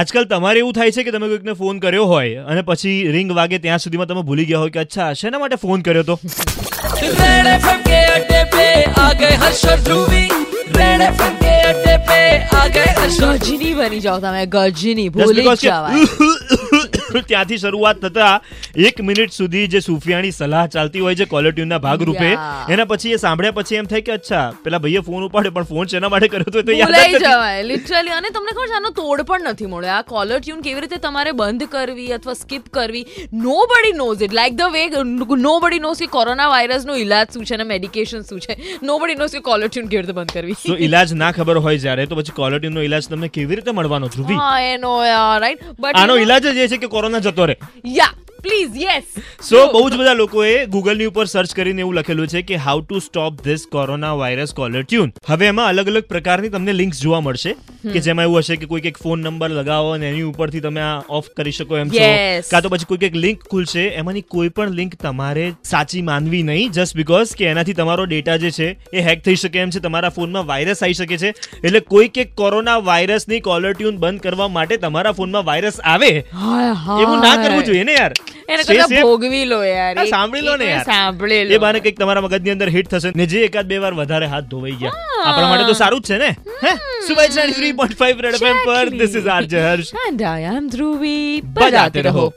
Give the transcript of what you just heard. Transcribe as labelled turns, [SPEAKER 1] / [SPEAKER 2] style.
[SPEAKER 1] આજકાલ તમારે એવું થાય છે કે તમે કોઈકને ફોન કર્યો હોય અને પછી રિંગ વાગે ત્યાં સુધીમાં તમે ભૂલી ગયા હોય કે અચ્છા શેના માટે ફોન કર્યો તો
[SPEAKER 2] रेड एफएम के अड्डे पे आ गए हर्ष और ध्रुवी रेड एफएम के अड्डे पे आ गए हर्ष और
[SPEAKER 3] ગજની બની જાઓ તમે ગજની
[SPEAKER 1] Just
[SPEAKER 3] ભૂલી
[SPEAKER 1] because
[SPEAKER 3] જ
[SPEAKER 1] કે
[SPEAKER 3] જવાય
[SPEAKER 1] ત્યાંથી શરૂઆત થતા એક મિનિટ સુધી જે સુફિયાની સલાહ ચાલતી હોય છે કોલર ટ્યુનના ભાગરૂપે
[SPEAKER 3] Yeah.
[SPEAKER 1] એના પછી એ સાંભળ્યા પછી એમ થાય કે અચ્છા પેલા ભાઈએ ફોન ઉપાડ્યો પણ ફોન શેના માટે કર્યો હતો એ તો યાદ જ
[SPEAKER 3] ભૂલાઈ
[SPEAKER 1] નથી.
[SPEAKER 3] જવાય લિટરલી અને તમને ખબર છે આનો તોડ પણ નથી મળ્યો આ કોલર ટ્યુન કેવી રીતે તમારે બંધ કરવી અથવા સ્કીપ કરવી nobody knows it like the way nobody knows કે કોરોના વાયરસનો ઇલાજ શું છે અને મેડિકેશન શું છે નો બડી નોઝ કે કોલર ટ્યુન કેવી રીતે બંધ
[SPEAKER 1] તો
[SPEAKER 3] કરવી
[SPEAKER 1] ઈલાજ ના ખબર હોય જ્યારે તો પછી કોલર ટ્યુનનો ઈલાજ તમને કેવી રીતે મળવાનો ધ્રુવી
[SPEAKER 3] હા એનો રાઈટ
[SPEAKER 1] આનો
[SPEAKER 3] બટ
[SPEAKER 1] ઈલાજ જ એ છે કે કોરોના જતો રહે
[SPEAKER 3] યા પ્લીઝ યસ
[SPEAKER 1] સો બહુ જ બધા લોકોએ ગૂગલની ઉપર સર્ચ કરીને એવું લખેલું છે કે how to stop this corona virus caller tune હવે એમાં અલગ અલગ પ્રકારની તમને લિંક્સ જોવા મળશે કે જેમાં એવું હશે કે કોઈક એક ફોન નંબર લગાવો અને એની ઉપરથી તમે આ ઓફ કરી શકો એમ છો
[SPEAKER 3] Yes.
[SPEAKER 1] કાં તો પછી કોઈક એક લિંક ખુલશે એમાંની કોઈ પણ લિંક તમારે સાચી માનવી નહીં જસ્ટ બીકોઝ કે એનાથી તમારો ડેટા જે છે એ હેક થઈ શકે એમ છે તમારા ફોનમાં વાયરસ આવી શકે છે એટલે કોઈક એક કોરોના વાયરસની કોલર ટ્યુન બંધ કરવા માટે તમારા ફોનમાં વાયરસ આવે
[SPEAKER 3] હાય હાય
[SPEAKER 1] એવું ના કરવું જોઈએ ને યાર
[SPEAKER 3] એને
[SPEAKER 1] Stay
[SPEAKER 3] કરતા
[SPEAKER 1] safe.
[SPEAKER 3] ભોગવી લો યાર
[SPEAKER 1] હા,
[SPEAKER 3] એક-
[SPEAKER 1] સાંભળી લો ને
[SPEAKER 3] એક
[SPEAKER 1] યાર.
[SPEAKER 3] સાંભળી લો
[SPEAKER 1] એ બાને કંઈક તમારા મગજની અંદર હિટ થશે ને જે એકાદ બે વાર વધારે હાથ ધોવાઈ ગયા આપણા માટે તો સારું જ છે ને હે સુભાષ નાઇન્ટી થ્રી પર this is R
[SPEAKER 3] And I am Dhruvi.
[SPEAKER 1] બજાતે રહો.